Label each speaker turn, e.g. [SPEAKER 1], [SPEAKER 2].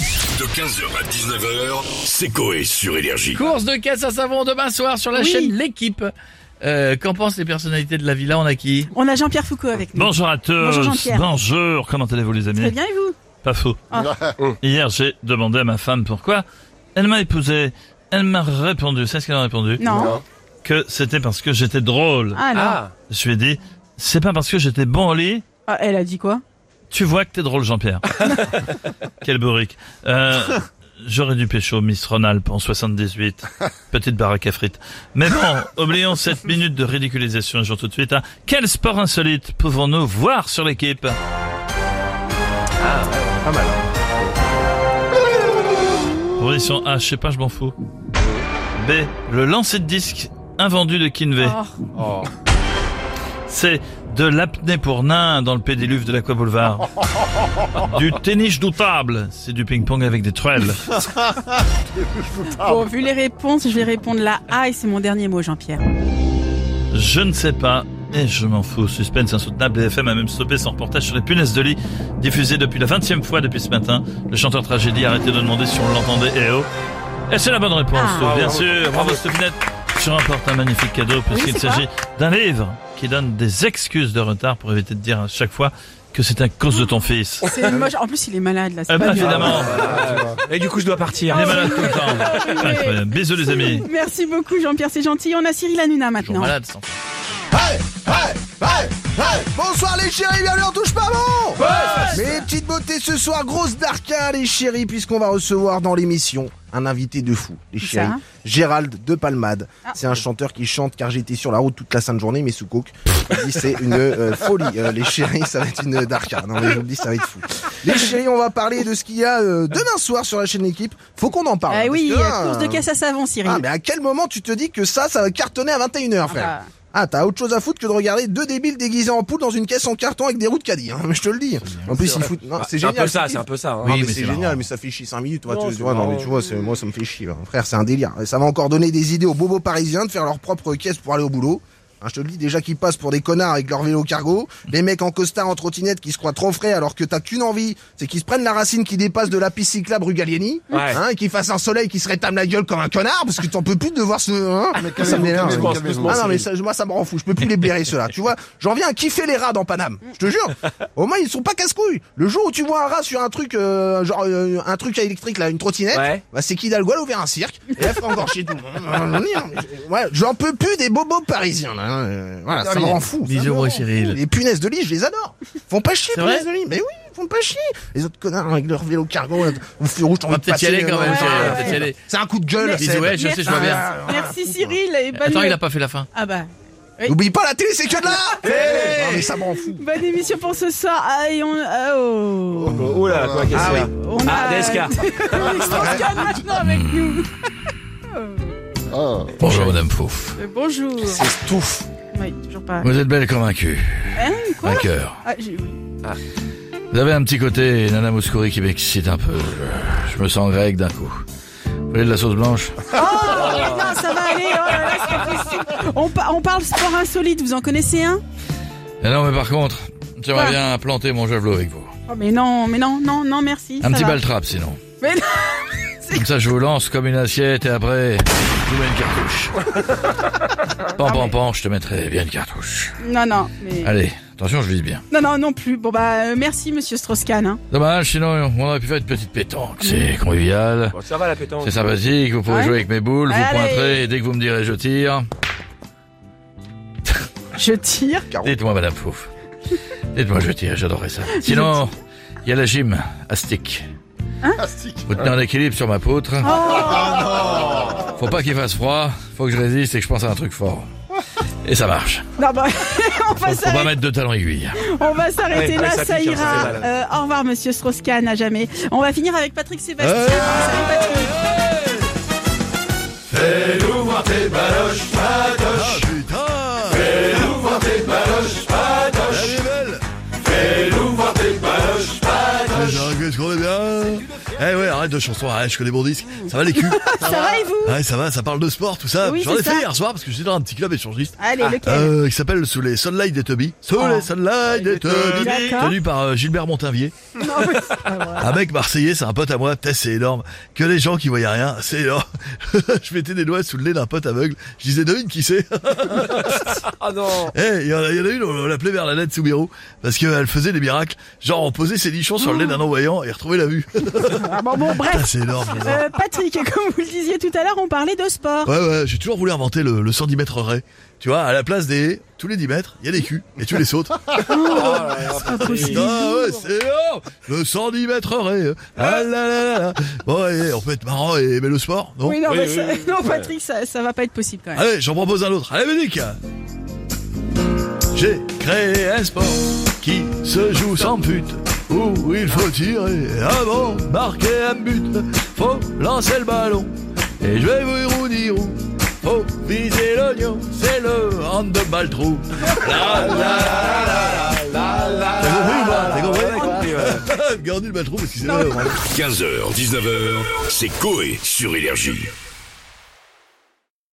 [SPEAKER 1] De 15h à 19h, c'est Coé sur Énergie.
[SPEAKER 2] Course de caisse à savon demain soir sur la chaîne L'équipe. Euh, Qu'en pensent les personnalités de la villa On a qui
[SPEAKER 3] On a Jean-Pierre Foucault avec nous.
[SPEAKER 4] Bonjour à tous.
[SPEAKER 3] Bonjour Jean-Pierre.
[SPEAKER 4] Bonjour. Comment allez-vous les
[SPEAKER 3] Très Ah.
[SPEAKER 4] amis
[SPEAKER 3] bien et vous
[SPEAKER 4] Pas faux. Hier, j'ai demandé à ma femme pourquoi. Elle m'a épousé. Elle m'a répondu. C'est ce qu'elle a répondu
[SPEAKER 3] Non.
[SPEAKER 4] Que c'était parce que j'étais drôle.
[SPEAKER 3] Ah non. Ah.
[SPEAKER 4] Je lui ai dit, c'est pas parce que j'étais bon au lit.
[SPEAKER 3] elle a dit quoi
[SPEAKER 4] Tu vois que t'es drôle, Jean-Pierre. Quel bourrique. Euh, J'aurais dû pécho Miss Ronalp en 78. Petite baraque à frites. Mais bon, oublions cette minute de ridiculisation et jouons tout de suite à quel sport insolite pouvons-nous voir sur l'équipe
[SPEAKER 1] Ah, Pas mal.
[SPEAKER 4] Proposition A, je sais pas, je m'en fous. B, le lancer de disque invendu de Kinvey.
[SPEAKER 3] Oh,
[SPEAKER 4] C, de l'apnée pour nain dans le pédiluve de l'Aqua Boulevard. du tennis doutable, c'est du ping-pong avec des truelles.
[SPEAKER 3] Bon, vu les réponses, je vais répondre la A et c'est mon dernier mot, Jean-Pierre.
[SPEAKER 4] Je ne sais pas. Et je m'en fous, suspense insoutenable, BFM a même stoppé son reportage sur les punaises de lit, diffusé depuis la 20 e fois depuis ce matin. Le chanteur tragédie a arrêté de demander si on l'entendait, eh oh. Et c'est la bonne réponse,
[SPEAKER 3] Ah.
[SPEAKER 4] bien sûr, bravo Stepinette. Je remporte un magnifique cadeau puisqu'il
[SPEAKER 3] c'est
[SPEAKER 4] s'agit d'un livre qui donne des excuses de retard pour éviter de dire à chaque fois que c'est à cause de ton fils.
[SPEAKER 3] C'est moche. En plus, il est malade là. c'est
[SPEAKER 4] Ah bah,
[SPEAKER 3] pas bien. Oh,
[SPEAKER 4] évidemment,
[SPEAKER 5] Et du coup, je dois partir.
[SPEAKER 4] il est malade tout le temps. Incroyable. Bisous les amis.
[SPEAKER 3] Merci beaucoup, Jean-Pierre, c'est gentil. On a Cyril Hanouna
[SPEAKER 2] Toujours
[SPEAKER 3] maintenant.
[SPEAKER 2] malade, sans
[SPEAKER 6] Hey, hey, hey, hey Bonsoir les chéris, bienvenue en touche pas bon Mes petites beautés ce soir, grosse darka les chéris, puisqu'on va recevoir dans l'émission un invité de fou, les
[SPEAKER 3] Qui
[SPEAKER 6] chéris.
[SPEAKER 3] ça hein
[SPEAKER 6] Gérald de Palmade.
[SPEAKER 3] Ah.
[SPEAKER 6] C'est un chanteur qui chante car j'étais sur la route toute la sainte journée, mais sous coke. Je vous dis, c'est une euh, folie, euh, les chéris, ça va être une darka. Non mais je vous le dis, ça va être fou. Les chéris, on va parler de ce qu'il y a euh, demain soir sur la chaîne équipe. Faut qu'on en parle. hein,
[SPEAKER 3] Ah
[SPEAKER 6] parce
[SPEAKER 3] oui,
[SPEAKER 6] que là,
[SPEAKER 3] course de caisse à savon, Cyril.
[SPEAKER 6] ah, mais à quel moment tu te dis que ça, ça va cartonner à 21h, frère
[SPEAKER 3] bah.
[SPEAKER 6] Ah, t'as autre chose à foutre que de regarder deux débiles déguisés en poule dans une caisse en carton avec des roues de caddie, hein, mais je te le dis. En plus, ils foutent. Non,
[SPEAKER 5] Bah,
[SPEAKER 6] c'est
[SPEAKER 5] C'est un
[SPEAKER 6] génial.
[SPEAKER 5] peu ça,
[SPEAKER 6] ce
[SPEAKER 5] c'est un peu ça. hein.
[SPEAKER 6] non, mais,
[SPEAKER 4] mais
[SPEAKER 6] c'est
[SPEAKER 4] c'est
[SPEAKER 6] génial,
[SPEAKER 4] marrant.
[SPEAKER 6] mais ça fait chier 5 minutes. Toi,
[SPEAKER 5] Non,
[SPEAKER 6] tu,
[SPEAKER 5] c'est
[SPEAKER 6] vois, non, mais
[SPEAKER 5] marrant.
[SPEAKER 6] tu vois, c'est- moi, ça me fait chier. hein. Frère, c'est un délire. Et Ça va encore donner des idées aux bobos parisiens de faire leur propre caisse pour aller au boulot. Hein, je te le dis déjà qu'ils passent pour des connards avec leur vélo cargo, les mecs en costard en trottinette qui se croient trop frais alors que t'as qu'une envie, c'est qu'ils se prennent la racine qui dépasse de la piste cyclable rue Gallieni,
[SPEAKER 5] Ouais.
[SPEAKER 6] hein, et qu'ils fassent un soleil qui se rétame la gueule comme un connard parce que t'en peux plus de voir ce... Hein,
[SPEAKER 5] Ah,
[SPEAKER 6] ça me m'énerve.
[SPEAKER 5] calmez-vous, calmez-vous,
[SPEAKER 6] Ah non mais
[SPEAKER 5] Cyril.
[SPEAKER 6] ça, moi ça me rend fou, je peux plus les blairer ceux-là, tu vois. J'en viens à kiffer les rats dans Paname, je te jure. Au moins ils sont pas casse-couilles. Le jour où tu vois un rat sur un truc, euh, genre euh, un truc à électrique là, une trottinette,
[SPEAKER 5] Ouais.
[SPEAKER 6] bah c'est qu'Hidalgo elle a ouvert un cirque et elle fera encore chier tout le monde. Ouais, j'en peux plus des bobos parisiens là. hein. Euh, Voilà, ça me rend fou.
[SPEAKER 2] Bisous,
[SPEAKER 6] Ça me
[SPEAKER 2] moi,
[SPEAKER 6] rend
[SPEAKER 2] Cyril.
[SPEAKER 6] fou. Les punaises de lit, je les adore. Font pas chier,
[SPEAKER 2] C'est vrai
[SPEAKER 6] punaises de lit. Mais oui, font pas chier. Les autres connards avec leur vélo cargo, là, au feu rouge, t'en
[SPEAKER 2] On va
[SPEAKER 6] veux
[SPEAKER 2] peut-être y
[SPEAKER 6] passer,
[SPEAKER 2] aller quand
[SPEAKER 6] euh,
[SPEAKER 2] même,
[SPEAKER 3] ouais,
[SPEAKER 2] Cyril, on va
[SPEAKER 3] ouais.
[SPEAKER 2] peut-être y aller.
[SPEAKER 6] C'est un coup de gueule.
[SPEAKER 3] Mais-
[SPEAKER 6] Seb.
[SPEAKER 2] Bisous, ouais, je sais, je vois bien.
[SPEAKER 6] Ah,
[SPEAKER 3] Merci Cyril et bonne,
[SPEAKER 2] Attends, il a pas fait la fin.
[SPEAKER 3] ah bah,
[SPEAKER 6] N'oublie pas la télé, c'est que de la télé. Non, mais ça m'en fout.
[SPEAKER 3] bonne émission pour ce soir. Ah, et on... ah, oh.
[SPEAKER 5] Oh là, quoi, qu'est-ce qu'il y a
[SPEAKER 3] On
[SPEAKER 5] Ah,
[SPEAKER 3] a
[SPEAKER 5] DSK.
[SPEAKER 3] Félix Transcan maintenant avec nous.
[SPEAKER 2] Bonjour Madame Fouf.
[SPEAKER 3] Euh, Bonjour.
[SPEAKER 6] Stouf.
[SPEAKER 3] Oui, toujours pas.
[SPEAKER 2] Vous êtes belle et convaincue,
[SPEAKER 3] Hein, quoi
[SPEAKER 2] vainqueur.
[SPEAKER 3] Ah, j'ai-
[SPEAKER 2] Vous avez un petit côté Nana Mouskouri qui m'excite un peu. Je, je me sens grec d'un coup. Vous voulez de la sauce blanche
[SPEAKER 3] Oh, non, ça va aller. Oh là là, c'est pas possible. On, pa- on parle sport insolite, vous en connaissez un
[SPEAKER 2] Eh Non mais par contre, j'aimerais
[SPEAKER 3] Quoi
[SPEAKER 2] bien planter mon javelot avec vous.
[SPEAKER 3] Oh, mais non, mais non, non, non, merci.
[SPEAKER 2] Un
[SPEAKER 3] ça
[SPEAKER 2] petit
[SPEAKER 3] va.
[SPEAKER 2] baltrap sinon.
[SPEAKER 3] Mais non,
[SPEAKER 2] Comme ça je vous lance comme une assiette et après je vous mets une cartouche.
[SPEAKER 3] Ah
[SPEAKER 2] Pan pan pan, je te mettrai bien une cartouche.
[SPEAKER 3] non, non, mais-
[SPEAKER 2] Allez, attention je vise bien.
[SPEAKER 3] non, non, non plus. Bon, bah, euh, merci, monsieur Strauss-Kahn. hein.
[SPEAKER 2] Dommage, sinon on aurait pu faire une petite pétanque. C'est convivial,
[SPEAKER 5] Mm. Bon, ça va la pétanque.
[SPEAKER 2] c'est sympathique, vous pouvez
[SPEAKER 3] Ouais.
[SPEAKER 2] jouer avec mes boules, vous
[SPEAKER 3] Allez.
[SPEAKER 2] pointerez et dès que vous me direz je tire,
[SPEAKER 3] Je tire.
[SPEAKER 2] dites-moi Madame Fouf. Dites-moi je tire, j'adorerais ça. Sinon, il y a la gym, à stick.
[SPEAKER 3] Hein
[SPEAKER 2] Vous tenez en équilibre sur ma poutre.
[SPEAKER 3] Oh.
[SPEAKER 2] Faut pas qu'il fasse froid, faut que je résiste et que je pense à un truc fort. Et ça marche.
[SPEAKER 3] Non, bah, on va
[SPEAKER 2] Faut pas
[SPEAKER 3] s'arrêter,
[SPEAKER 2] mettre de talons aiguilles.
[SPEAKER 3] on va s'arrêter
[SPEAKER 5] Ouais,
[SPEAKER 3] là,
[SPEAKER 5] ouais,
[SPEAKER 3] ça,
[SPEAKER 5] ça pique, hein, ça
[SPEAKER 3] ira.
[SPEAKER 5] fait mal.
[SPEAKER 3] Euh, au revoir, monsieur Strauss-Kahn, à jamais. On va finir avec Patrick Sébastien. Salut, Patrick.
[SPEAKER 4] Ah,
[SPEAKER 2] Ah,
[SPEAKER 4] Ah,
[SPEAKER 7] Qu'est-ce qu'on est bien
[SPEAKER 4] Eh ouais, arrête de chansons, arrête, je connais bon disque. Ça va les culs
[SPEAKER 3] Ça va et vous
[SPEAKER 4] Ouais, ça va, ça parle de sport, tout ça.
[SPEAKER 3] Oui,
[SPEAKER 4] J'en ai
[SPEAKER 3] c'est
[SPEAKER 4] fait
[SPEAKER 3] ça.
[SPEAKER 4] hier soir parce que j'étais dans un petit club échangiste.
[SPEAKER 3] Allez, lequel
[SPEAKER 4] Euh, qui s'appelle Sous les Sunlight des Tubby. Sous les Sunlight des Tubby.
[SPEAKER 3] D'accord.
[SPEAKER 4] Tenu par euh, Gilbert Montinvier.
[SPEAKER 3] Non, mais c'est pas vrai.
[SPEAKER 4] Un mec marseillais, c'est un pote à moi. Putain, c'est énorme. Que les gens qui voyaient rien, c'est énorme. je mettais des doigts sous le nez d'un pote aveugle. Je disais, devine qui c'est.
[SPEAKER 8] Ah non.
[SPEAKER 4] Eh, il y, en a il y en a une, on l'appelait Bernadette Soubirou, parce qu'elle faisait des miracles. Genre, on posait ses nichons sur le nez d'un non-voyant et retrouvait la vue.
[SPEAKER 3] Ah bon, bon,
[SPEAKER 4] Putain,
[SPEAKER 3] bref.
[SPEAKER 4] c'est énorme.
[SPEAKER 3] Euh, Patrick, comme vous le disiez tout à l'heure, on parlait de sport.
[SPEAKER 4] Ouais, ouais, j'ai toujours voulu inventer le, le 110 mètres ray. Tu vois, à la place des, tous les 10 mètres, il y a des culs, et tu les sautes.
[SPEAKER 3] C'est pas possible.
[SPEAKER 4] Ah ouais, c'est énorme Le 110 mètres ray. Ah là là là là. Bon, et, on peut être marrant et aimer le sport, non
[SPEAKER 3] Oui, non,
[SPEAKER 8] Oui,
[SPEAKER 3] mais
[SPEAKER 8] oui,
[SPEAKER 3] ça-
[SPEAKER 8] oui,
[SPEAKER 3] non,
[SPEAKER 8] ouais.
[SPEAKER 3] Patrick, ça, ça va pas être possible quand même.
[SPEAKER 4] Allez, j'en propose un autre. Allez, Vénique J'ai créé un sport qui se joue sans but, où il faut tirer avant, marquer un but, faut lancer le ballon, et je vais vous roux dire où. Faut viser l'oignon, c'est le handball trou. La, la, la, la, la, la, T'as compris ou pas T'as compris Gardez le ball trou parce qu'il s'est
[SPEAKER 2] 15h, 19h, c'est Coé sur Énergie.